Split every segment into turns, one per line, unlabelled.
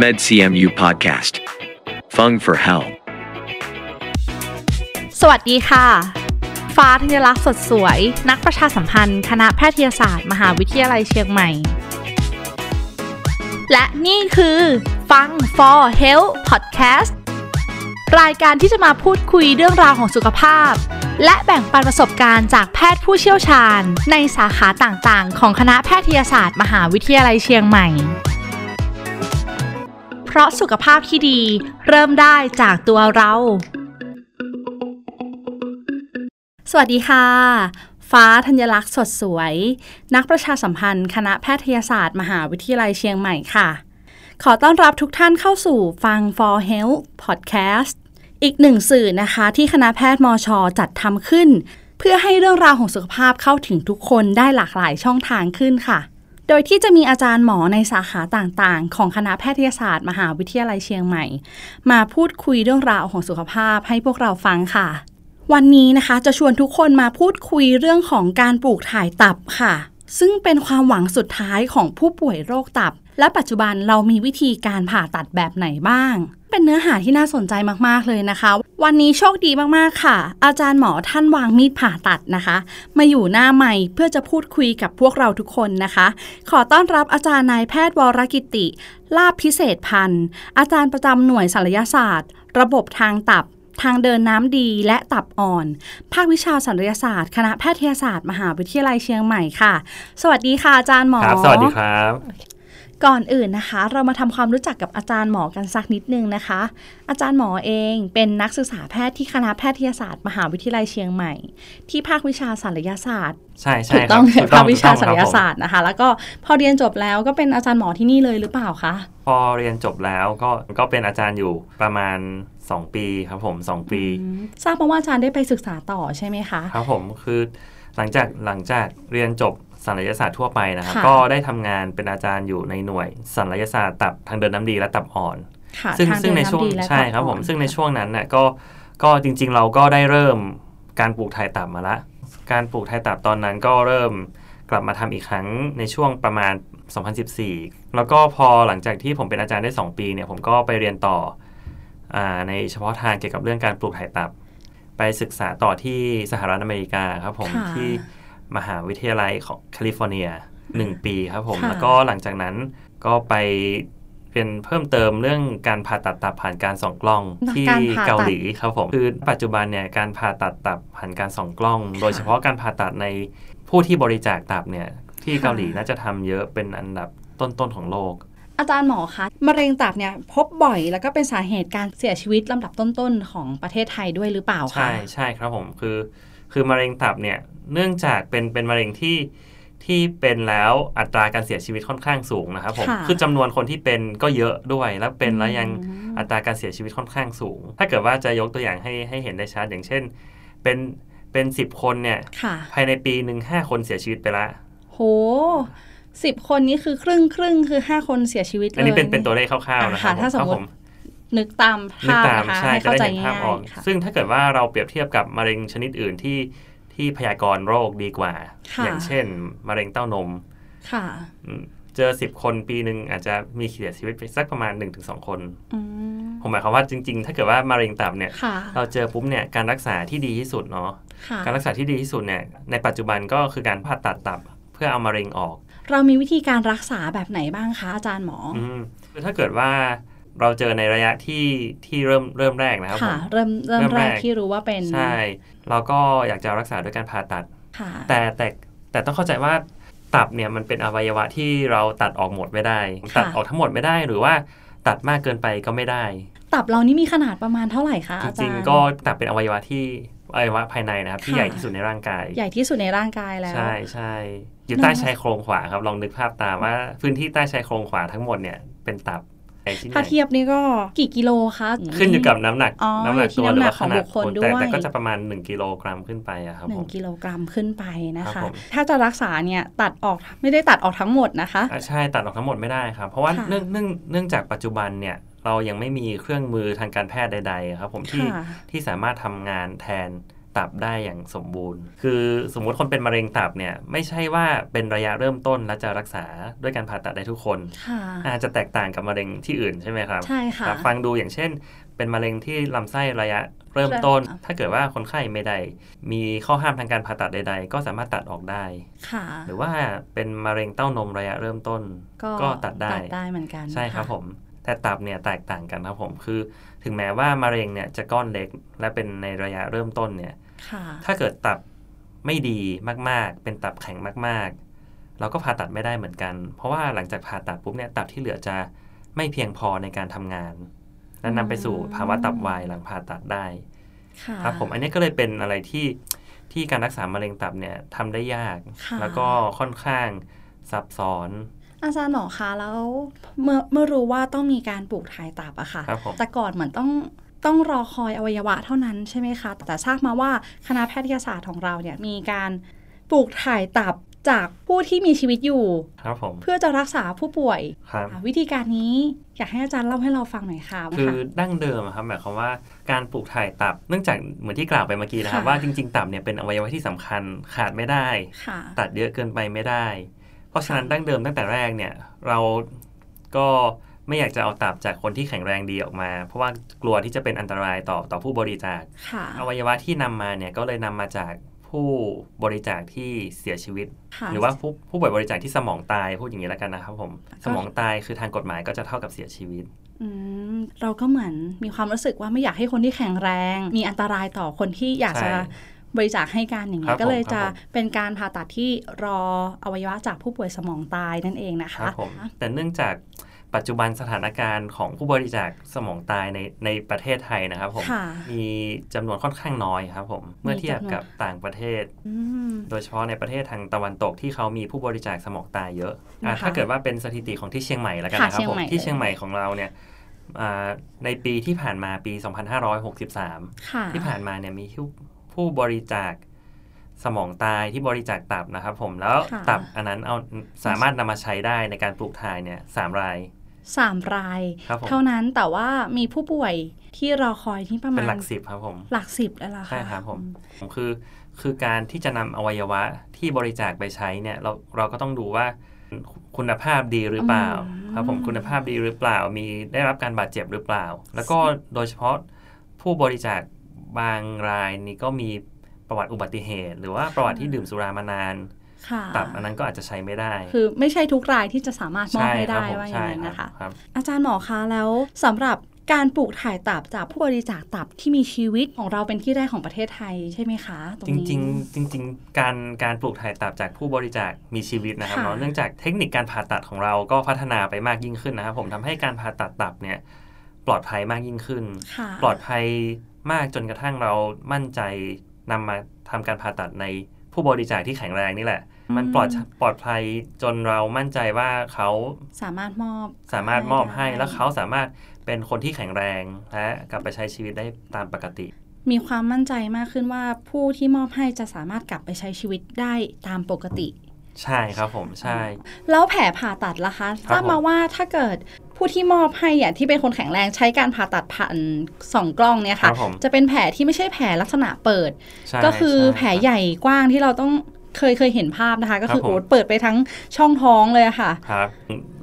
MedCMU Podcast. Fung for Hell.
สวัสดีค่ะ ฟ้าธัญลักษณ์สดสวย นักประชาสัมพันธ์ คณะแพทยศาสตร์ มหาวิทยาลัยเชียงใหม่ และนี่คือฟัง for health podcast รายการที่จะมาพูดคุยเรื่องราวของสุขภาพ และแบ่งปันประสบการณ์จากแพทย์ผู้เชี่ยวชาญ ในสาขาต่างๆ ของคณะแพทยศาสตร์ มหาวิทยาลัยเชียงใหม่ เพราะสุขภาพที่ดีเริ่มได้จากตัวเรา สวัสดีค่ะ ฟ้าธัญลักษณ์สดสวย นักประชาสัมพันธ์ คณะแพทยศาสตร์ มหาวิทยาลัยเชียงใหม่ค่ะ ขอต้อนรับทุกท่านเข้าสู่ฟัง For Health Podcast อีกหนึ่งสื่อนะคะที่คณะแพทย์มอชอจัดทำขึ้น เพื่อให้เรื่องราวของสุขภาพเข้าถึงทุกคนได้หลากหลายช่องทางขึ้นค่ะ โดยที่จะมีอาจารย์หมอในสาขาต่างๆ ของคณะแพทยศาสตร์ มหาวิทยาลัยเชียงใหม่ มาพูดคุยเรื่องราวของสุขภาพให้พวกเราฟังค่ะ วันนี้นะคะจะชวนทุกคนมาพูดคุยเรื่องของการปลูกถ่ายตับค่ะ ซึ่งเป็นความหวังสุดท้ายของผู้ป่วยโรคตับ และปัจจุบันเรามีวิธีการผ่าตัดแบบไหนบ้าง เป็นเนื้อหาที่น่าสนใจมากๆเลยนะคะ วันนี้โชคดีมากๆค่ะ อาจารย์หมอท่านวางมีดผ่าตัดนะคะ มาอยู่หน้าไมค์เพื่อจะพูดคุยกับพวกเราทุกคนนะคะ ขอต้อนรับอาจารย์นายแพทย์วรกิติ ลาบพิเศษพันธ์อาจารย์ประจำหน่วยศัลยศาสตร์ ระบบทางตับ ทางเดินน้ำดีและตับอ่อน ภาควิชาศัลยศาสตร์ คณะแพทยศาสตร์ มหาวิทยาลัยเชียงใหม่ค่ะ สวัสดีค่ะอาจารย์หมอ
ครับ สวัสดีครับ
ก่อนอื่นนะคะ เรามาทำความรู้จักกับอาจารย์หมอกันสักนิดนึงนะคะ อาจารย์หมอเองเป็นนักศึกษาแพทย์ที่คณะแพทยศาสตร์ มหาวิทยาลัยเชียงใหม่ ที่ภาควิชาศัลยศาสตร์
ใช่ใช่
ถูกต้อง
ครับ
ภาควิชา
ถู
ศัล
กต้อ
ย
งครับผม
ศาสตร์นะคะ แล้วก็พอเรียนจบแล้วก็เป็นอาจารย์หมอที่นี่เลยหรือเปล่าคะ
พอเรียนจบแล้วก็ก็เป็นอาจารย์อยู่ประมาณ 2 ปีครับผม 2 ปี
ทราบมาว่าอาจารย์ได้ไปศึกษาต่อใช่ไหมคะ
ครับผมคือหลังจากหลังจากเรียนจบศัลยศาสตร์ทั่วไปนะครับ
ค่ะ
ก็ได้ทำงานเป็นอาจารย์อยู่ในหน่วยศัลยศาสตร์ตับทางเดินน้ำดีและตับอ่อน
ค่ะ
ซึ่ง
ทาง
ซึ่งในช่วง
เดินน้ำดีและ
ใช่ครับ
ตั
ผ
อ่อ
ม
น
ซึ่งในช่วงนั้นน่ะก็ก็จริง ๆ เราก็ได้เริ่มการปลูกถ่ายตับมาละ การปลูกถ่ายตับตอนนั้นก็เริ่มกลับมาทำอีกครั้งในช่วงประมาณ 2014 แล้วก็พอหลังจากที่ผมเป็นอาจารย์ได้ 2 ปีเนี่ยผมก็ไปเรียนต่ออาในเฉพาะทางเกี่ยวกับเรื่องการปลูกถ่ายตับ ไปศึกษาต่อที่สหรัฐอเมริกาครับผม
ค่ะ
ที่ มหาวิทยาลัยของแคลิฟอร์เนียหนึ่งปีครับผม
ค่ะ
แล้วก็หลังจากนั้นก็ไปเป็นเพิ่มเติมเรื่องการผ่าตัดตับผ่านการส่องกล้องที่
การผ่าตัด
เกาหลีครับผมคือปัจจุบันเนี่ยการผ่าตัดตับผ่านการส่องกล้อง โดยเฉพาะการผ่าตัดในผู้ที่บริจาคตับเนี่ยที่
ค่ะ
เกาหลีน่าจะทำเยอะเป็นอันดับต้นๆของโลก
อาจารย์หมอคะมะเร็งตับเนี่ยพบบ่อยแล้วก็เป็นสาเหตุการเสียชีวิตลำดับต้นๆของประเทศไทยด้วยหรือเปล่าคะ
ใช่ใช่ครับผมคือคือมะเร็งตับเนี่ยเนื่องจากเป็นเป็นมะเร็งที่ที่เป็นแล้วอัตราการเสียชีวิตค่อนข้างสูงนะครับผมคือจำนวนคนที่เป็นก็เยอะด้วย แล้วเป็นแล้วยัง
อืม
อัตราการเสียชีวิตค่อนข้างสูง ถ้าเกิดว่าจะยกตัวอย่างให้ให้เห็นได้ชัดอย่างเช่น เป็นเป็น 10 คนเนี่ย
ค่ะ
ภายในปีหนึ่งห้าคนเสียชีวิตไปละ
โหสิบคนนี้คือครึ่งครึ่งๆคือห้าคนเสียชีวิตเลย
อันนี้เป็นเป็นตัวเลขคร่าวๆนะครั
ค่ะ
บ
ถ้าสม
ครับ
ม
ผ
ตินึกตาม
นึก
ภาพ
ตาม
นะคะ
ใช่
ให้
จะ
เข้า
ได้
ใจ
เห็น
ง่า
ภา
ย
พออก
ๆค่ะ
ซึ่งถ้าเกิดว่าเราเปรียบเทียบกับมะเร็งชนิดอื่นที่ที่พยากรณ์โรคดีกว่า
ค่ะ
อย่างเช่น มะเร็งเต้านม
ค่ะ
อืมเจอสิบคนปีหนึ่งอาจจะมีเสียชีวิตไปสักประมาณ 1-2 คน
อืม
ผมหมายความว่าจริง ๆ ถ้าเกิดว่ามะเร็งตับเนี่ย
ค่ะ
เราเจอปุ๊บเนี่ยการรักษาที่ดีที่สุดเนาะ
ค่ะ
การรักษาที่ดีที่สุดเนี่ยในปัจจุบันก็คือการผ่าตัดตับเพื่อเอามะเร็งออก
เรามีวิธีการรักษาแบบไหนบ้างคะอาจารย์หมออ
อืมคือถ้าเกิดว่าเราเจอในระยะที่ที่เริ่มเริ่มแรกนะครับผ
ค่ะ
ม
เริ่มเริ่ม
เริ่ม
แร
แร
ก
ก
ที่รู้ว่าเป็น
ใช่ เราก็อยากจะรักษาด้วยการผ่าตัด
ค่ะ
แต่แต่แต่ต้องเข้าใจว่าตับเนี่ยมันเป็นอวัยวะที่เราตัดออกหมดไม่ได้
ะ
ตัดออกทั้งหมดไม่ได้หรือว่าตัดมากเกินไปก็ไม่ได้
ตับเรานี่มีขนาดประมาณเท่าไหร่คะ
จ
อาจารย์
ริงๆก็ตับเป็นอวัยวะที่อวัยวะภายในนะครับ ที่
ค่ะ
ใหญ่ที่สุดในร่างกาย
ใหญ่ที่สุดในร่างกายแล้ว
ใช่ใช่อยู่
เนอะ
ใต้ชายโครงขวาครับลองนึกภาพตามว่าพื้นที่ใต้ชายโครงขวาทั้งหมดเนี่ยเป็นตับไอ้ที่ไหน
ถ้าเทียบนี่ก็กี่กิโลคะ
ขึ้นอยู่กับน้ำหนัก
อ๋อ
น้ำหนัก
อยู่ที่
ตัวห
น้ำห
รือ
นัก
ว่าขนาด
ของบุคคลด้
แต่
วย
แต่ก็จะประมาณ 1กิโลกรัมขึ้นไปอะครับ
หนึ่
ผ
ง
ม
กิโลกรัมขึ้นไปนะ
ครั
คะ
บผม
ถ้าจะรักษาเนี่ยตัดออกไม่ได้ตัดออกทั้งหมดนะคะ
อ่ะใช่ตัดออกทั้งหมดไม่ได้ครับ เพราะว่า
ค่ะ
เนื่องเนื่องเนื่องจากปัจจุบันเนี่ยเรายังไม่มีเครื่องมือทางการแพทย์ใด ๆ ครับ ผมที่
ค่ะ
ที่สามารถทำงานแทน ตับได้อย่างสมบูรณ์ คือสมมุติคนเป็นมะเร็งตับเนี่ยไม่ใช่ว่าเป็นระยะเริ่มต้นแล้วจะรักษาด้วยการผ่าตัดได้ทุกคน
ค่ะ
อาจจะแตกต่างกับมะเร็งที่อื่นใช่ไหมครับ
ใช่ค่ะ
รับฟังดูอย่างเช่น เป็นมะเร็งที่ลำไส้ระยะเริ่มต้น
ใช่ค่ะ
ถ้าเกิดว่าคนไข้ไม่ได้มีข้อห้ามทางการผ่าตัดใด ๆ ก็สามารถตัดออกได้
ค่ะ
หรือว่าเป็นมะเร็งเต้านมระยะเริ่มต้นตัดได้
ตัดได้เหมือนกัน
ใช่ครับ
ะ
ผม แต่ตับเนี่ยแตกต่างกันครับผมคือ ถึงแม้ว่ามะเร็งเนี่ยจะก้อนเล็กและเป็นในระยะเริ่มต้นเนี่ย
ค่ะ
ถ้าเกิดตับไม่ดีมากๆ เป็นตับแข็งมากๆ เราก็ผ่าตัดไม่ได้เหมือนกัน เพราะว่าหลังจากผ่าตัดปุ๊บเนี่ยตับที่เหลือจะไม่เพียงพอในการทำงาน และนำไปสู่ภาวะตับวายหลังผ่าตัดได้
ค่ะ
ครับผมอันนี้ก็เลยเป็นอะไรที่ที่การรักษามะเร็งตับเนี่ยทำได้ยาก
ค่ะ
แล้วก็ค่อนข้างซับซ้อน
อาจารย์หมอคะแล้วเมื่อเมื่อรู้ว่าต้องมีการปลูกถ่ายตับอะค่ะ
ครับผม
แต่ก่อนเหมือนต้องต้องรอคอยอวัยวะเท่านั้นใช่ไหมคะ แต่ทราบมาว่าคณะแพทยศาสตร์ของเราเนี่ยมีการปลูกถ่ายตับจากผู้ที่มีชีวิตอยู่
ครับผม
เพื่อจะรักษาผู้ป่วย
ครับ
อ่ะวิธีการนี้อยากให้อาจารย์เล่าให้เราฟังหน่อยค่ะว่า
คือดั้งเดิมอะครับหมายความว่าการปลูกถ่ายตับ เนื่องจากเหมือนที่กล่าวไปเมื่อกี้นะครับ
ค่ะ
ว่าจริงๆ ตับเนี่ยเป็นอวัยวะที่สำคัญขาดไม่ได้
ค่ะ
ตัดเยอะเกินไปไม่ได้ เพราะฉะนั้นดั้งเดิมตั้งแต่แรกเนี่ยเราก็ไม่อยากจะเอาตับจากคนที่แข็งแรงดีออกมา เพราะว่ากลัวที่จะเป็นอันตรายต่อต่อผู้บริจาค
ค่ะ
อวัยวะที่นำมาเนี่ยก็เลยนำมาจากผู้บริจาคที่เสียชีวิต
ค่ะ
หรือว่าผู้ผู้ป่วยบริจาคที่สมองตายพูดอย่างนี้แล้วกันนะครับผมสมองตายคือทางกฎหมายก็จะเท่ากับเสียชีวิต
อืมเราก็เหมือนมีความรู้สึกว่าไม่อยากให้คนที่แข็งแรง มีอันตรายต่อคนที่อยากจะ
ใช่
บริจาคให้การอย่าง
ค
เงี้
รั
ย
บ
ก็เลย
ผมครั
จะ
บผม
เป็นการผ่าตัดที่รออวัยวะจากผู้ป่วยสมองตายนั่นเองนะ
ค
คะ
รับผมแต่เนื่องจากปัจจุบันสถานการณ์ของผู้บริจาคสมองตายในในประเทศไทยนะครับผม
ค่ะ
มีจำนวนค่อนข้างน้อยครับผมเมื่อเทียบ
จำนวน
กับต่างประเทศ
อืม
โดยเฉพาะในประเทศทางตะวันตกที่เขามีผู้บริจาคสมองตายเยอะอ่ะ
นะคะ
ถ้าเกิดว่าเป็นสถิติของที่เชียงใหม่แล้วกัน
ค่ะ
นะครับผ
เชีย
ม
งใหม่
ที่เชียงใหม่ของเราเนี่ยอ่าในปีที่ผ่านมาปี 2563
ค่ะ
ที่ผ่านมาเนี่ยมีผู้ผู้บริจาคสมองตายที่บริจาคตับนะครับผมแล้ว
ะ
ตับอันนั้นเอาสามารถนำมาใช้ได้ในการปลูกถ่ายเนี่ยสามราย
สามราย
ครับผม
เท่านั้นแต่ว่ามีผู้ป่วยที่รอคอยที่ประมา
เป็น
ณ
หลักสิบครับผม
หลักสิบแล้วล่ะค่ะ
ใช่ครับผมผมคือคือการที่จะนำอวัยวะที่บริจาคไปใช้เนี่ยเราเราก็ต้องดูว่าคุณภาพดีหรือเปล่าครับผมคุณภาพดีหรือเปล่า มีได้รับการบาดเจ็บหรือเปล่า แล้วก็โดยเฉพาะผู้บริจาคบางรายนี่ก็มีประวัติอุบัติเหตุ หรือว่าประวัติที่ดื่มสุรามานาน
ค่ะ
ตับอันนั้นก็อาจจะใช้ไม่ได้
คือไม่ใช่ทุกรายที่จะสามารถมอบให้
ค
ได้
รับผม
ว่าอย่า
ใช่
งนั้นนะคะ
ครับ
อาจารย์หมอคะแล้วสำหรับการปลูกถ่ายตับจากผู้บริจาคตับที่มีชีวิตของเราเป็นที่แรกของประเทศไทยใช่ไหมคะตรง
จ
นี้
ริงๆจริง ๆ การการปลูกถ่ายตับจากผู้บริจาคมีชีวิตนะครับ
ค่ะ
เนาะเนื่องจากเทคนิคการผ่าตัดของเราก็พัฒนาไปมากยิ่งขึ้นนะครับผมทำให้การผ่าตัดตับเนี่ยปลอดภัยมากยิ่งขึ้น
ค่ะ
ปลอดภัยมากจนกระทั่งเรามั่นใจนำมาทำการผ่าตัดในผู้บริจาคที่แข็งแรงนี่แหละ มัน
อืม
ปลอดปลอดภัยจนเรามั่นใจว่าเขา
สามารถมอบ
สามารถมอบให้
ได้
แล้วเขาสามารถเป็นคนที่แข็งแรงและกลับไปใช้ชีวิตได้ตามปกติ
มีความมั่นใจมากขึ้นว่าผู้ที่มอบให้จะสามารถกลับไปใช้ชีวิตได้ตามปกติ
ใช่ครับผมใช่
แล้วแผลผ่าตัดล่ะคะ
ค
ท
รับผม
ราบมาว่าถ้าเกิดผู้ที่มอบให้อ่ะที่เป็นคนแข็งแรงใช้การผ่าตัดผ่านสองกล้องเนี่ย
ค
ค่ะ
รับผม
จะเป็นแผลที่ไม่ใช่แผลลักษณะเปิด
ใช่
ก็คือ
ช่
แผลใหญ่กว้างที่เราต้องเคยเคยเห็นภาพนะคะ ก็คือ
ครับผม
โอ้เปิดไปทั้งช่องท้องเลยอะค่ะ
ครับ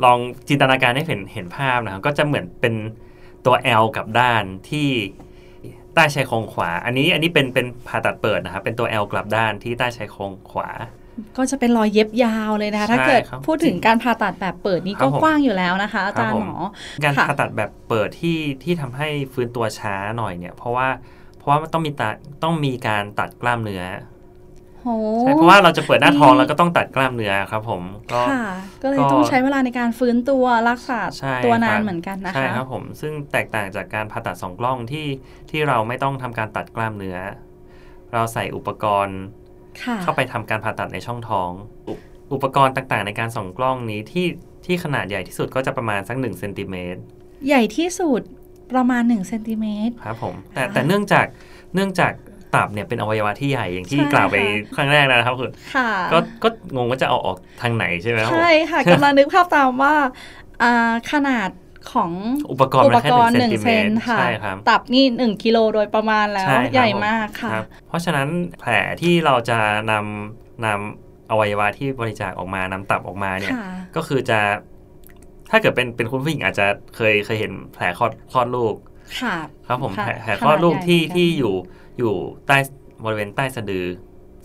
ลองจินตนาการให้เห็นเห็นภาพนะครับก็จะเหมือนเป็นตัว L กับด้านที่ใต้ชายโครงขวา อันนี้อันนี้เป็นเป็นผ่าตัดเปิดนะครับเป็นตัว L กลับด้านที่ใต้ชายโครงขวา
ก็จะเป็นรอยเย็บยาวเลยนะคะ
ใช่
ถ้าเกิด
ครับ
พูดถึงการผ่าตัดแบบเปิดนี่
ครั
ก็
บผม
กว้างอยู่แล้วนะคะอาจาร
ครั
ย์
บผม
หมอ
การ
ค่ะ
ผ่าตัดแบบเปิดที่ที่ทำให้ฟื้นตัวช้าหน่อยเนี่ยเพราะว่าเพราะว่ามันต้องมีตัดต้องมีการตัดกล้ามเนื้อ
โห
ใช่เพราะว่าเราจะเปิดหน้าท้องแล้วก็ต้องตัดกล้ามเนื้อครับผมก็
ค่ะ ก็เลยต้อง
ก็
ใช้เวลาในการฟื้นตัวรักษา
ใช่
ตัวนาน
ครับ
เหมือนกันนะ
ใช่
คะ
ครับผมซึ่งแตกต่างจากการผ่าตัดสองกล้องที่ที่เราไม่ต้องทำการตัดกล้ามเนื้อ เราใส่อุปกรณ์
ค่ะ
เข้าไปทำการผ่าตัดในช่องท้องอุอุปกรณ์ต่างๆ ในการส่องกล้องนี้ที่ที่ขนาดใหญ่ที่สุดก็จะประมาณสัก1เซนติเมตร
ใหญ่ที่สุดประมาณ1เซนติเมตร
ครับผมแต่
ค่ะ
แต่เนื่องจากเนื่องจากตับเนี่ยเป็นอวัยวะที่ใหญ่อย่างที่
ใช่
กล่าวไป
ค่ะ
ครั้งแรกแล้วนะครับคือ
ค่ะ
ก็ก็งงว่าจะเอาออกทางไหนใช่ไหมครับผม
ใช่ค่ะกำลังนึกภาพตามว่าอ่าขนาด ของ
อุปกรณ์
อุ
มั
ป
นแค่
ก
ห
ร
นึ่
ง ณ์
เซ
ห
น
นึ่งเซน
ติเมตร
ค่ะ
ใช่ครับ
ตับนี่หนึ่งกิโลโดยประมาณแล้ว
ช่ครับ
ใหญ่มากค่ะ
รับเพราะฉะนั้นแผลที่เราจะนำนำอวัยวะที่บริจาคออกมานำตับออกมาเนี่ย
ค่ะ
ก็คือจะ ถ้าเกิดเป็นเป็นคุณผู้หญิงอาจจะเคยเคยเห็นแผลคลอดคลอดลูก
ค่ะ
ครับผม
ค่ะ
แผลแผลคลอดลูก
ขนาดใหญ่
ที่
เหมือนกัน
ที่อยู่อยู่ใต้บริเวณใต้สะดือ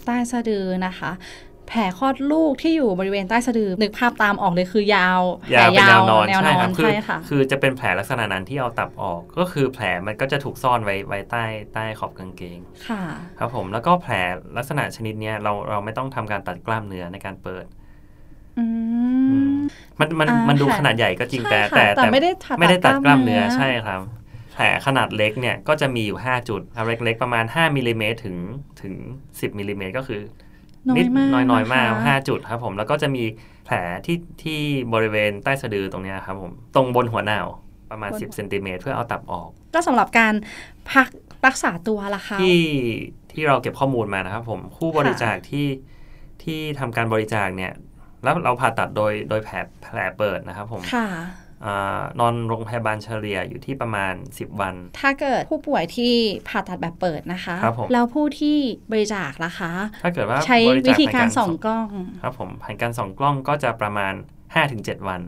ใต้สะดือนะคะ แผลคลอดลูกที่อยู่บริเวณใต้สะดือ นึกภาพตามออกเลยคือยาวย
าว
แผล
เป็นแนวนอน
แนวน
ใช่
อ
คน รับคือ
ใช่ค่ะ
คือจะเป็นแผลลักษณะนั้นที่เอาตับออก ก็คือแผลมันก็จะถูกซ่อนไว้ไว้ใต้ใต้ขอบกางเกง
ค่ะ
ครับผมแล้วก็แผลลักษณะชนิดเนี้ยเราเราไม่ต้องทำการตัดกล้ามเนื้อในการเปิด
อื
อื
ม
มมันมัน
อ่า
มันดู
ค่ะ
ขนาดใหญ่ก็จริง
ใช่
แต่
ค่ะ
แต่
แต่ไม่ได้ตัด
ไม่ได้ตัดกล้ามเนื้อใช่ครับ แผลขนาดเล็กเนี่ยก็จะมีอยู่ 5 จุดครับเล็กๆประมาณ 5มิลลิเมตรถึงถึง 10มิลลิเมตรก็คือ
น้อ
นิ
ย
ด
มาก
น้อยน้อย
ะคะ
มาก5จุดครับผมแล้วก็จะมีแผลที่ที่บริเวณใต้สะดือตรงเนี้ยครับผมตรงบนหัวหนาวประมาณ 10เซนติเมตรเพื่อเอาตับออก
ก็สำหรับการพักรักษาตัวล่ะคะ
ที่ที่เราเก็บข้อมูลมานะครับผมผู้บริจาคที่ที่ทำการบริจาคเนี่ยแล้วเราผ่าตัดโดยโดยแผลแผลเปิดนะครับผม
ค่ะ
อานอนโรงพยาบาลเฉลี่ยอยู่ที่ประมาณ 10 วัน
ถ้าเกิดผู้ป่วยที่ผ่าตัดแบบเปิดนะคะ
ครับผม
แล้วผู้ที่บริจาคล่ะคะ
ถ้าเกิดว่า
ใช้
บริจ
วิ
ค
ธี
ผ่น
การส่องกล้อง
ครับผมผ่านการส่องกล้องก็จะประมาณ 5-7 วัน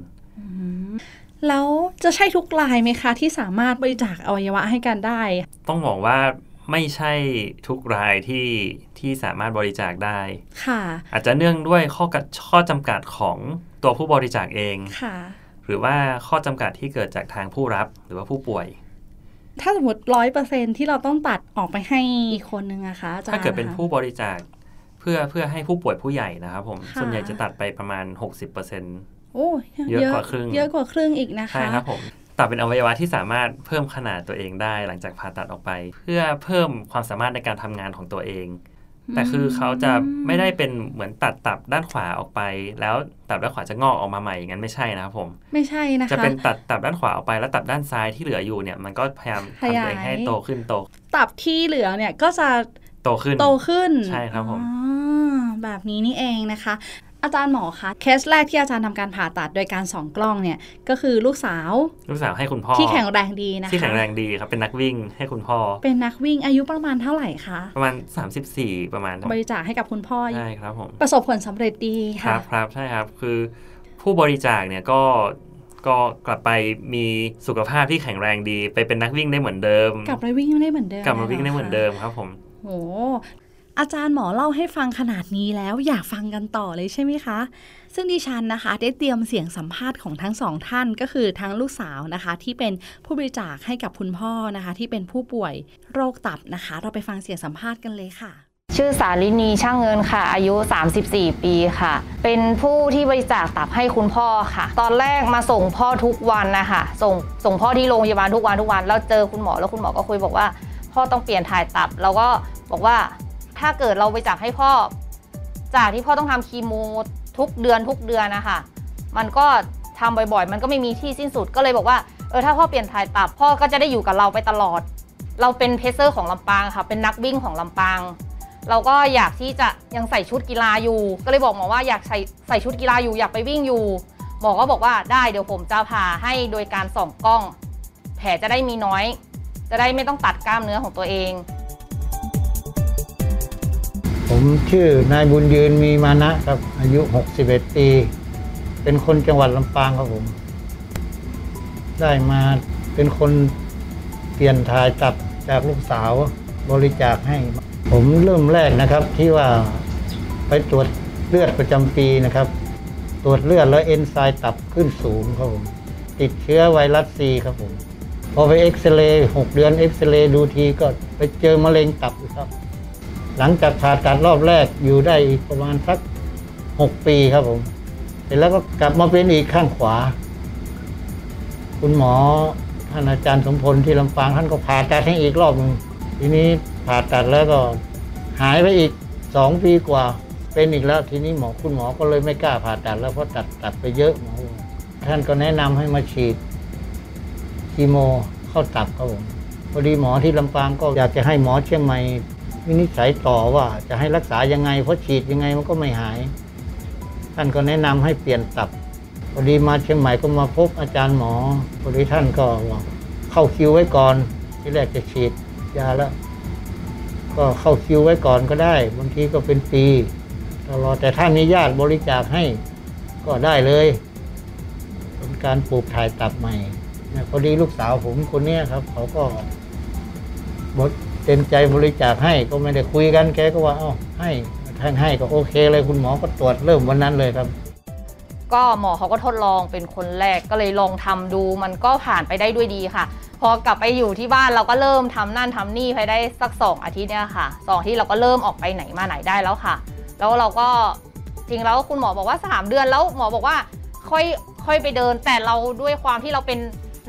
แล้วจะใช่ทุกรายไหมคะ ที่สามารถบริจาคอวัยวะให้กันได้
ต้องบอกว่าไม่ใช่ทุกรายที่ที่สามารถบริจาคได้
ค่ะ
อาจจะเนื่องด้วยข้อกดข้อจำกัดของตัวผู้บริจาคเอง
ค่ะ
หรือว่าข้อจำกัดที่เกิดจากทางผู้รับหรือว่าผู้ป่วย
ถ้าสมมติร้อยเปอร์เซ็นที่เราต้องตัดออกไปให้อีกคนนึงอะคะอจรย์
ถ้าเกิดเป็น
คะ
ผู้บริจาคเพื่อเพื่อให้ผู้ป่วยผู้ใหญ่นะครับผม
ค่ะ
ส่วนใหญ่จะตัดไปประมาณ 60%
โอ้
เยอะกว่าครึ่ง
เยอะกว่าครึ่งอีกนะคะ
ใช่ครับผมตับเป็นอวัยวะที่สามารถเพิ่มขนาดตัวเองได้หลังจากผ่าตัดออกไป เพื่อเพิ่มความสามารถในการทำงานของตัวเอง แต่คือเขาจะไม่ได้เป็นเหมือนตัดตับด้านขวาออกไป แล้วตับด้านขวาจะงอกออกมาใหม่อย่างนั้นไม่ใช่นะครับผม
ไม่ใช่นะคะ
จะเป็นตัดตับด้านขวาออกไปแล้วตับด้านซ้ายที่เหลืออยู่เนี่ยมันก็พยายามทำตัวเองให้โตขึ้นโต
ตับที่เหลือเนี่ยก็จะ
โตขึ้น
โตขึ้น
ใช่ครับผม
อ๋อแบบนี้นี่เองนะคะ อาจารย์หมอคะเคสแรกที่อาจารย์ทำการผ่าตัดโดยการส่องกล้องเนี่ยก็คือลูกสาว
ลูกสาวให้คุณพ่อ
ที่แข็งแรงดีนะคะ
ที่แข็งแรงดีครับเป็นนักวิ่งให้คุณพ่อ
เป็นนักวิ่งอายุประมาณเท่าไหร่คะ
ประมาณ 34 ประมาณ
บริจาคให้กับคุณพ่อ
ใช่ครับผม
ประสบผลสำเร็จดี
ครั
ค่ะ
บครับใช่ครับคือผู้บริจาคเนี่ยก็ก็กลับไปมีสุขภาพที่แข็งแรงดี ไปเป็นนักวิ่งได้เหมือนเดิม
กลับไปวิ่งได้เหมือนเดิม
กลับมาวิ่งได้เหมือนเดิ
ลยร
มครับผม
คะโหอาจารย์หมอเล่าให้ฟังขนาดนี้แล้วอยากฟังกันต่อเลยใช่ไหมคะ ซึ่งดิฉันนะคะ ได้เตรียมเสียงสัมภาษณ์ของทั้งสองท่านก็คือทั้งลูกสาวนะคะ ที่เป็นผู้บริจาคให้กับคุณพ่อนะคะ ที่เป็นผู้ป่วยโรคตับนะคะ เราไปฟังเสียงสัมภาษณ์กันเลยค่ะ
ชื่อสารินีช่างเงินค่ะ อายุ 34 ปีค่ะ เป็นผู้ที่บริจาคตับให้คุณพ่อค่ะ ตอนแรกมาส่งพ่อทุกวันนะคะส่งส่งพ่อที่โรงพยาบาลทุกวันทุกวัน แล้วเจอคุณหมอแล้วคุณหมอก็คุยบอกว่า พ่อต้องเปลี่ยนถ่ายตับ แล้วก็บอกว่าถ้าเกิดเราไปจากให้พ่อ จากที่พ่อต้องทำาคีโมทุกเดือนทุกเดือนนะคะมันก็ทำบ่อยๆ มันก็ไม่มีที่สิ้นสุดก็เลยบอกว่าเออถ้าพ่อเปลี่ยนถ่ายตับ พ่อก็จะได้อยู่กับเราไปตลอด เราเป็นเพเซอร์ของลำปางค่ะ เป็นนักวิ่งของลำปาง เราก็อยากที่จะยังใส่ชุดกีฬาอยู่ ก็เลยบอกหมอว่าอยากใส่ใส่ชุดกีฬาอยู่อยากไปวิ่งอยู่ หมอก็บอกว่าได้เดี๋ยวผมจะผ่าให้โดยการส่องกล้อง แผลจะได้มีน้อย จะได้ไม่ต้องตัดกล้ามเนื้อของตัวเอง
ผมชื่อนายบุญยืนมีมานะครับ อายุ 61 ปี เป็นคนจังหวัดลำปางครับผม ได้มาเป็นคนเปลี่ยนถ่ายตับจากลูกสาวบริจาคให้ ผมเริ่มแรกนะครับที่ว่าไปตรวจเลือดประจำปีนะครับ ตรวจเลือดแล้วเอนไซม์ตับขึ้นสูงครับผม ติดเชื้อไวรัสซีครับผม พอไปเอ็กซเรย์หกเดือนเอ็กซเรย์ดูทีก็ไปเจอมะเร็งตับอยู่ครับ หลังจากผ่าตัดรอบแรกอยู่ได้อีกประมาณสักหกปีครับผม เสร็จแล้วก็กลับมาเป็นอีกข้างขวา คุณหมอท่านอาจารย์สมพลที่ลำปางท่านก็ผ่าตัดให้อีกรอบหนึ่งทีนี้ผ่าตัดแล้วก็หายไปอีกสองปีกว่า เป็นอีกแล้วทีนี้หมอคุณหมอก็เลยไม่กล้าผ่าตัดแล้วเพราะตัดตัดไปเยอะหมอบอกท่านก็แนะนำให้มาฉีด คีโมเข้าตับครับผมพอดีหมอที่ลำปางก็อยากจะให้หมอเชียงใหม่วินิจฉัยต่อว่าจะให้รักษายังไงเพราะฉีดยังไงมันก็ไม่หาย ท่านก็แนะนำให้เปลี่ยนตับ พอดีมาเชียงใหม่ก็มาพบอาจารย์หมอพอดีท่านก็บอกเข้าคิวไว้ก่อน ที่แรกจะฉีดยาแล้ว ก็เข้าคิวไว้ก่อนก็ได้ บางทีก็เป็นปีตลอดแต่ถ้ามีญาติบริจาคให้ก็ได้เลย เป็นการปลูกถ่ายตับใหม่นะพอดีลูกสาวผมคนเนี้ยครับ เขาก็บดเต็มใจบริจาคให้ก็ไม่ได้คุยกันแกก็ว่าเอ้าให้ท่านให้ก็โอเคเลยคุณหมอก็ตรวจเริ่มวันนั้นเลยครับ
ก็หมอเขาก็ทดลองเป็นคนแรกก็เลยลองทำดู มันก็ผ่านไปได้ด้วยดีค่ะ พอกลับไปอยู่ที่บ้านเราก็เริ่มทำนั่นทำนี่ไปได้สักสองอาทิตย์เนี่ยค่ะสองอาที่เราก็เริ่มออกไปไหนมาไหนได้แล้วค่ะ แล้วเราก็จริงแล้วคุณหมอบอกว่า 3 เดือนแล้วหมอบอกว่าค่อยค่อยไปเดิน แต่เราด้วยความที่เราเป็น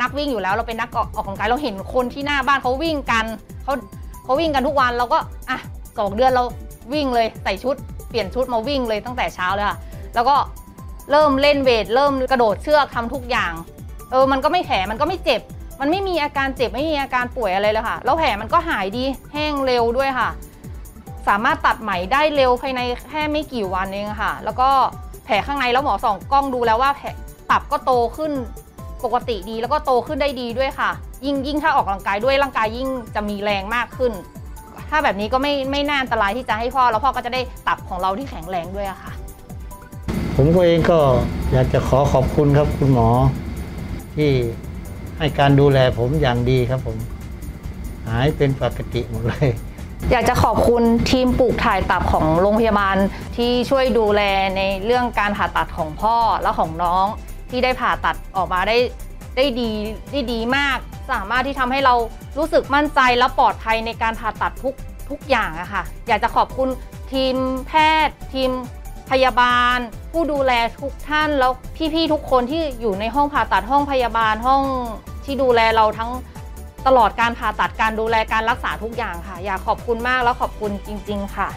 นักวิ่งอยู่แล้ว เราเป็นนักออกออกกำลังกายเราเห็นคนที่หน้าบ้านเขาวิ่งกันเขาเขาวิ่งกันทุกวันเราก็อ่ะสองเดือนเราวิ่งเลยใส่ชุดเปลี่ยนชุดมาวิ่งเลยตั้งแต่เช้าเลยค่ะ แล้วก็เริ่มเล่นเวท เริ่มกระโดดเชือกทำทุกอย่าง เออ มันก็ไม่แผลมันก็ไม่เจ็บ มันไม่มีอาการเจ็บไม่มีอาการป่วยอะไรเลยค่ะ แล้วแผลมันก็หายดีแห้งเร็วด้วยค่ะ สามารถตัดไหมได้เร็วภายในแค่ไม่กี่วันเองค่ะ แล้วก็แผลข้างในแล้วหมอสองกล้องดูแล้วว่าแผลตับก็โตขึ้นปกติดีแล้วก็โตขึ้นได้ดีด้วยค่ะ ยิ่งยิ่งถ้าออกกำลังกายด้วยร่างกายยิ่งจะมีแรงมากขึ้น ถ้าแบบนี้ก็ไม่ไม่น่าอันตรายที่จะให้พ่อแล้วพ่อก็จะได้ตับของเราที่แข็งแรงด้วยอะค่ะ
ผมก็เองก็อยากจะขอขอบคุณครับคุณหมอ ที่ให้การดูแลผมอย่างดีครับผม หายเป็นปกติหมดเลย
อยากจะขอบคุณทีมปลูกถ่ายตับของโรงพยาบาลที่ช่วยดูแลในเรื่องการผ่าตัดของพ่อและของน้อง ที่ได้ผ่าตัดออกมาได้ได้ดีได้ดีมาก สามารถที่ทำให้เรารู้สึกมั่นใจและปลอดภัยในการผ่าตัดทุกทุกอย่างอะค่ะ อยากจะขอบคุณทีมแพทย์ ทีมพยาบาล ผู้ดูแลทุกท่านแล้วพี่ๆทุกคนที่อยู่ในห้องผ่าตัดห้องพยาบาลห้องที่ดูแลเราทั้ง ตลอดการผ่าตัดการดูแลการรักษาทุกอย่างค่ะ อยากขอบคุณมากแล้วขอบคุณจริง ๆ ค่ะ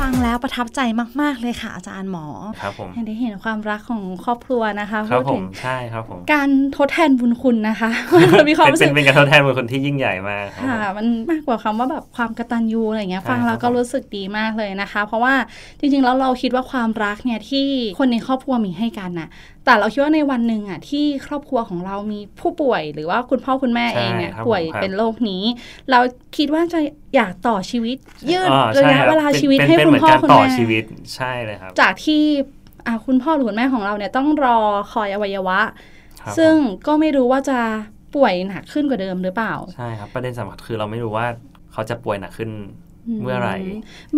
ฟังแล้วประทับใจมากๆเลยค่ะอาจารย์หมอ
ครับผม
ได้เห็นความรักของครอบครัวนะคะ
ครับ
พูด
ผ
ถึ
ม
ง
ใช่ครับผม
การทดแทนบุญคุณนะคะ มันมีความ
เป็น
รู้
เป็
สึ
น
ก
เป็นการทดแทนบุญคุณที่ยิ่งใหญ่มากครับผ
ค่ะ
ม
มันมากกว่าคำว่าแบบความกระตันยูอะไรเงี้ย
ใช่
ฟังแล้วก็
ครับผม
รู้สึกดีมากเลยนะคะ เพราะว่าจริงๆแล้วเราคิดว่าความรักเนี่ยที่คนในครอบครัวมีให้กันน่ะ แต่เราคิดว่าในวันหนึ่งอ่ะที่ครอบครัวของเรามีผู้ป่วย หรือว่าคุณพ่อคุณแม่เองเนี่ย
ใช่ครับ
ป่วย
ผมครับ
เป็นโรคนี้ เราคิดว่าจะอยากต่อชีวิต ยืด
อ่า
ระ
ใช่
ยะ
ครับ
เวลา
ป็น
ชีวิต
เป็น
ให้
เป็น
คุณ
เหมือน
พ่อ
การ
คุณ
ต่อ
แม่
ชีวิตใช่เลยครับ
จากที่อ่ะคุณพ่อหรือคุณแม่ของเราเนี่ยต้องรอคอยอวัยวะ
ครับ
ซึ่ง
ผม
ก็ไม่รู้ว่าจะป่วยหนักขึ้นกว่าเดิมหรือเปล่า
ใช่ครับประเด็นสำคัญคือเราไม่รู้ว่าเขาจะป่วยหนักขึ้น เมื่อไหร่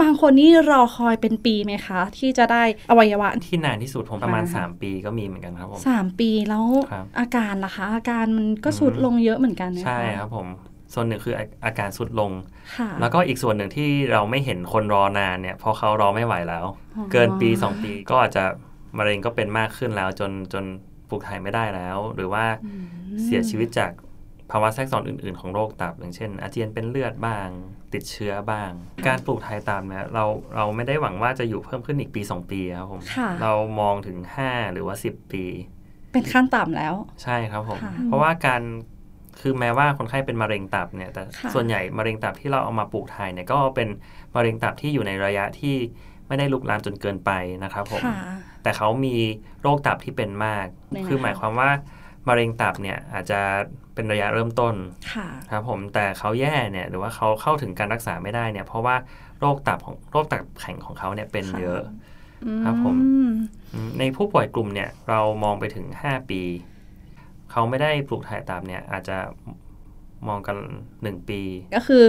บางคนนี่รอคอยเป็นปีไหมคะ ที่จะได้อวัยวะ
ที่นานที่สุดผมประมาณ
ค่ะ
3 ปีก็มีเหมือนกันครับผม
สามปีแล้ว
ครับ
อาการล่ะคะ อาการมันก็
อืม
สุดลงเยอะเหมือนกันนะะ
ใช่ครับผมส่วนหนึ่งคืออาอาการสุดลง
ค่ะ
แล้วก็อีกส่วนหนึ่งที่เราไม่เห็นคนรอนานเนี่ยเพอเขารอไม่ไหวแล้ว
อ๋อ
เกินปี 2 ปีก็อาจจะมะเร็งก็เป็นมากขึ้นแล้ว จนจนปลูกถ่ายไม่ได้แล้ว หรือว่า
อืม
เสียชีวิตจากภาวะแทรกซ้อนอื่น ๆ ของโรคตับ อย่างเช่น อาเจียนเป็นเลือดบ้าง ติดเชื้อบ้าง การปลูกถ่ายตับเนี่ยเราเราไม่ได้หวังว่าจะอยู่เพิ่มขึ้นอีกปี 2 ปีครับผม
ค่ะ
เรามองถึง 5 หรือว่า 10 ปี
เป็นขั้นต่ำแล้ว
ใช่ครับผม
ค่ะ
เพราะว่าการคือแม้ว่าคนไข้เป็นมะเร็งตับเนี่ยแต่
ค่ะ
ส่วนใหญ่มะเร็งตับที่เราเอามาปลูกถ่ายเนี่ยก็เป็นมะเร็งตับที่อยู่ในระยะที่ไม่ได้ลุกลามจนเกินไปนะครับผม
ค่ะ
แต่เขามีโรคตับที่เป็นมาก
ยังไง
คือ
คะ
หมายความว่ามะเร็งตับเนี่ยอาจจะเป็นระยะเริ่มต้น
ค่ะ
ครับผม แต่เขาแย่เนี่ยหรือว่าเขาเข้าถึงการรักษาไม่ได้เนี่ยเพราะว่าโรคตับของโรคตับแข็งของเขาเนี่ยเป็นเยอะ ครับผม
อื
อืมในผู้ป่วยกลุ่มเนี่ยเรามองไปถึง 5 ปี เขาไม่ได้ปลูกถ่ายตับเนี่ยอาจจะมองกัน 1 ปี
ก็คือ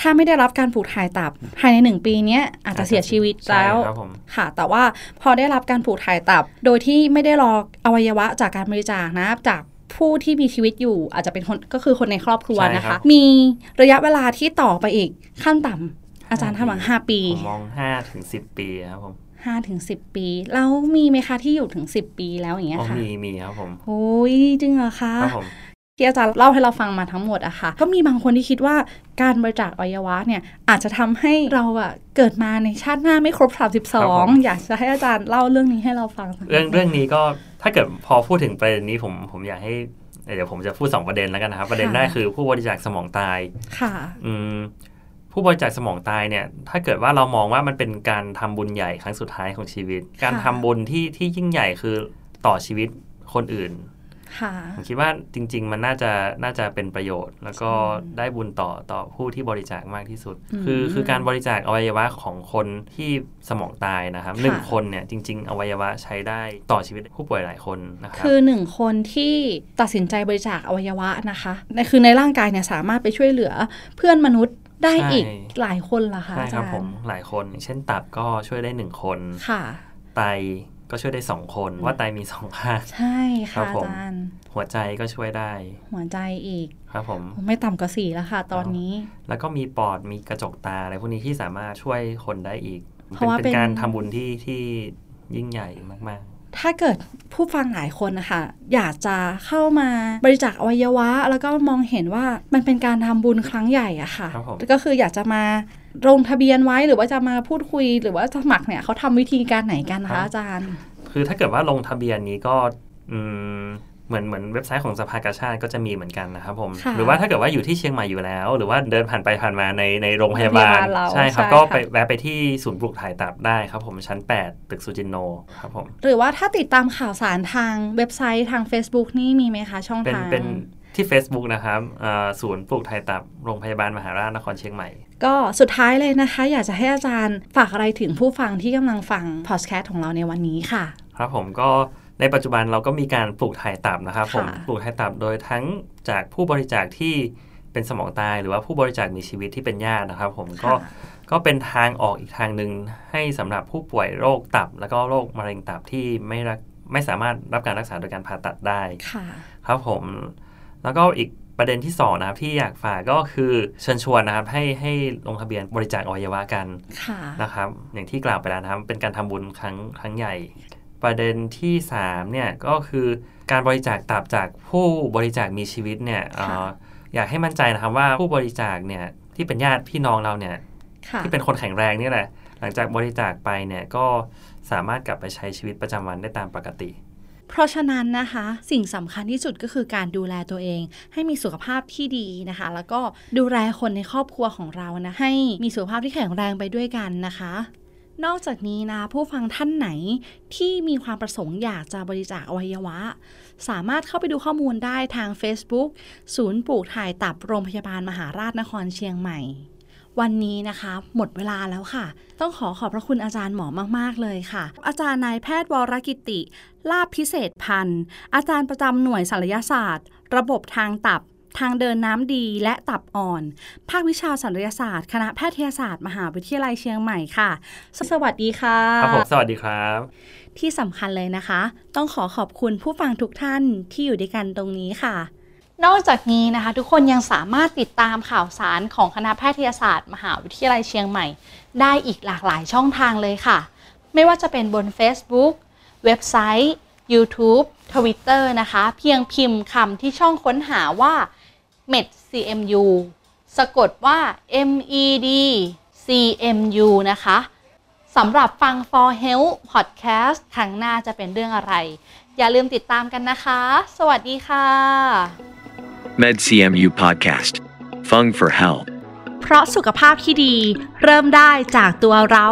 ถ้าไม่ได้รับการปลูกถ่ายตับภายในหนึ่งปีเนี้ยอาจจะเสียชีวิตแล้ว
ใช่ครับผม
ค่ะ แต่ว่าพอได้รับการผูกถ่ายตับ โดยที่ไม่ได้รออวัยวะจากการบริจาคนะ จากผู้ที่มีชีวิตอยู่อาจจะเป็นคนก็คือคนในครอบครัว
ใช่ครับ
นะคะ มีระยะเวลาที่ต่อไปอีกขั้นต่ำอาจารย์ทำหวังห้าปี
ผมมอง5ถึง10 ปีครับผม
ห้าถึงสิบปี แล้วมีไหมคะที่อยู่ถึงสิบปีแล้วอย่างเงี้ย
อ๋อ
ค่ะ
มีมีครับผม
โอ้ยจริงเหรอคะ
ครับผม
ที่อาจารย์เล่าให้เราฟังมาทั้งหมดอะค่ะ ก็มีบางคนที่คิดว่าการบริจาคอวัยวะเนี่ยอาจจะทำให้เราอะเกิดมาในชาติหน้าไม่ครบ
ครับผม
32อยากจะให้อาจารย์เล่าเรื่องนี้ให้เราฟังสักนิด
เรื่อง
นึ
เรื่องนี้ก็ถ้าเกิดพอพูดถึงประเด็นนี้ผมผมอยากให้เดี๋ยวผมจะพูด 2 ประเด็นแล้วกันนะครับ ประเด็น
ค่ะ
แรกคือผู้บริจาคสมองตาย
ค่ะ
อืม ผู้บริจาคสมองตายเนี่ยถ้าเกิดว่าเรามองว่ามันเป็นการทำบุญใหญ่ครั้งสุดท้ายของชีวิต การทำบุญที่ที่ยิ่งใหญ่คือต่อชีวิตคนอื่น
ค่ะ
ผมคิดว่าจริง ๆ มันน่าจะน่าจะเป็นประโยชน์ แล้วก็ได้บุญต่อต่อผู้ที่บริจาคมากที่สุด
อืม
คือคือการบริจาคอวัยวะของคนที่สมองตายนะครับ
ค่ะ
หนึ่งคนเนี่ยจริง ๆ อวัยวะใช้ได้ต่อชีวิตผู้ป่วยหลายคนนะครับ
คือหนึ่งคนที่ตัดสินใจบริจาคอวัยวะนะคะในคือในร่างกายเนี่ยสามารถไปช่วยเหลือเพื่อนมนุษย์ได้อีกหลายคนเหรอคะ
ใช่
อา
ค
จา
รับ
ร
ผม
ย์
หลายคนอย่างเช่นตับก็ช่วยได้หนึ่งคน
ค่ะ
ไตก็ช่วยได้สองคนว่าะไตมีสองข้าง
ใช่
ครั
ค่ะ
บ
อา
ผม
จารย์
หัวใจก็ช่วยได้
หัวใจอีก
ครับผม
ไม่ต่ำกว่าสี่แล้วค่ะ ตอนนี้
แล้วก็มีปอดมีกระจกตาอะไรพวกนี้ที่สามารถช่วยคนได้อีก
เพราะว่าเป็น
นการทำบุญที่ที่ยิ่งใหญ่มาก
ถ้าเกิดผู้ฟังหลายคนนะคะอยากจะเข้ามาบริจาคอวัยวะ แล้วก็มองเห็นว่ามันเป็นการทำบุญครั้งใหญ่อะค่ะ
ครับผม
ก็คืออยากจะมาลงทะเบียนไว้หรือว่าจะมาพูดคุยหรือว่าสมัครเนี่ยเขาทำวิธีการไหนกันนะคะอาจารย์
ๆ คือถ้าเกิดว่าลงทะเบียนนี้ก็อืมเหมือนเหมือนเว็บไซต์ของสภากาชาติก็จะมีเหมือนกันนะครับผม
ค่ะ
หรือว่าถ้าเกิดว่าอยู่ที่เชียงใหม่อยู่แล้ว หรือว่าเดินผ่านไปผ่านมาในในโรงพยาบา
โรงพ
ล
ยาบาลเรา
ใช่ครับ
ใช่
ก็
ค่ะ
ไปแวะไปที่ศูนย์ปลูกถ่ายตับได้ครับผมชั้น 8 ตึกซูจินโนครับผม
หรือว่าถ้าติดตามข่าวสารทางเว็บไซต์ทาง Facebook นี่มีไหมคะ ช่อง
เป็น
ทาง
เป็นที่ Facebook นะครับอ่าศูนย์ปลูกถ่ายตับโรงพยาบาลมหาราชนครเชียงใหม่
ก็สุดท้ายเลยนะคะ อยากจะให้อาจารย์ฝากอะไรถึงผู้ฟังที่กำลังฟังพอดแคสต์ของเราในวันนี้ค่ะ
ครับผมก็ในปัจจุบันเราก็มีการปลูกถ่ายตับนะครับผม
ค่ะ
ปลูกถ่ายตับโดยทั้งจากผู้บริจาคที่เป็นสมองตายหรือว่าผู้บริจาคมีชีวิตที่เป็นญาตินะครับผมก็ก็เป็นทางออกอีกทางหนึ่งให้สำหรับผู้ป่วยโรคตับ แล้วก็โรคมะเร็งตับที่ไม่รักไม่สามารถรับการรักษาโดยการผ่าตัดได้
ค่ะ
ครับผมแล้วก็อีกประเด็นที่สองนะครับที่อยากฝากก็คือเชิญชวนนะครับให้ให้ลงทะเบียนบริจาคอวัยวะกัน
ค่ะ
นะครับอย่างที่กล่าวไปแล้วนะครับเป็นการทำบุญครั้งครั้งใหญ่ ประเด็นที่3เนี่ยก็คือการบริจาคตับจากผู้บริจาคมีชีวิตเนี่ยเอ่อ
ค่ะ
อยากให้มั่นใจนะครับว่าผู้บริจาคเนี่ยที่เป็นญาติพี่น้องเราเนี่ย
ค่ะ
ที่เป็นคนแข็งแรงนี่แหละ หลังจากบริจาคไปเนี่ยก็สามารถกลับไปใช้ชีวิตประจำวันได้ตามปกติ
เพราะฉะนั้นนะคะ สิ่งสำคัญที่สุดก็คือการดูแลตัวเอง ให้มีสุขภาพที่ดีนะคะ แล้วก็ดูแลคนในครอบครัวของเรานะให้มีสุขภาพที่แข็งแรงไปด้วยกันนะคะ นอกจากนี้นะผู้ฟังท่านไหนที่มีความประสงค์อยากจะบริจาคอวัยวะ สามารถเข้าไปดูข้อมูลได้ทาง Facebook ศูนย์ปลูกถ่ายตับโรงพยาบาลมหาราชนครเชียงใหม่ วันนี้นะคะ หมดเวลาแล้วค่ะ ต้องขอขอบพระคุณอาจารย์หมอมาก ๆ เลยค่ะ อาจารย์นายแพทย์วรกิติ ลาบพิเศษพันธ์ อาจารย์ประจำหน่วยศัลยศาสตร์ ระบบทางตับ ทางเดินน้ำดีและตับอ่อน ภาควิชาศัลยศาสตร์ คณะแพทยศาสตร์ มหาวิทยาลัยเชียงใหม่ค่ะ สวัสดีค่ะ
ครับผมสวัสดีครับ
ที่สำคัญเลยนะคะ ต้องขอขอบคุณผู้ฟังทุกท่านที่อยู่ด้วยกันตรงนี้ค่ะ นอกจากนี้นะคะ ทุกคนยังสามารถติดตามข่าวสารของคณะแพทยศาสตร์ มหาวิทยาลัยเชียงใหม่ ได้อีกหลากหลายช่องทางเลยค่ะ ไม่ว่าจะเป็นบน Facebook เว็บไซต์ YouTube Twitter นะคะ เพียงพิมพ์คำที่ช่องค้นหาว่า medcmu สะกดว่า medcmu นะคะ สำหรับฟัง For Health Podcast ครั้งหน้าจะเป็นเรื่องอะไร อย่าลืมติดตามกันนะคะ สวัสดีค่ะ
MedCMU Podcast. Fung for Health.
เพราะสุขภาพที่ดี เริ่มได้จากตัวเรา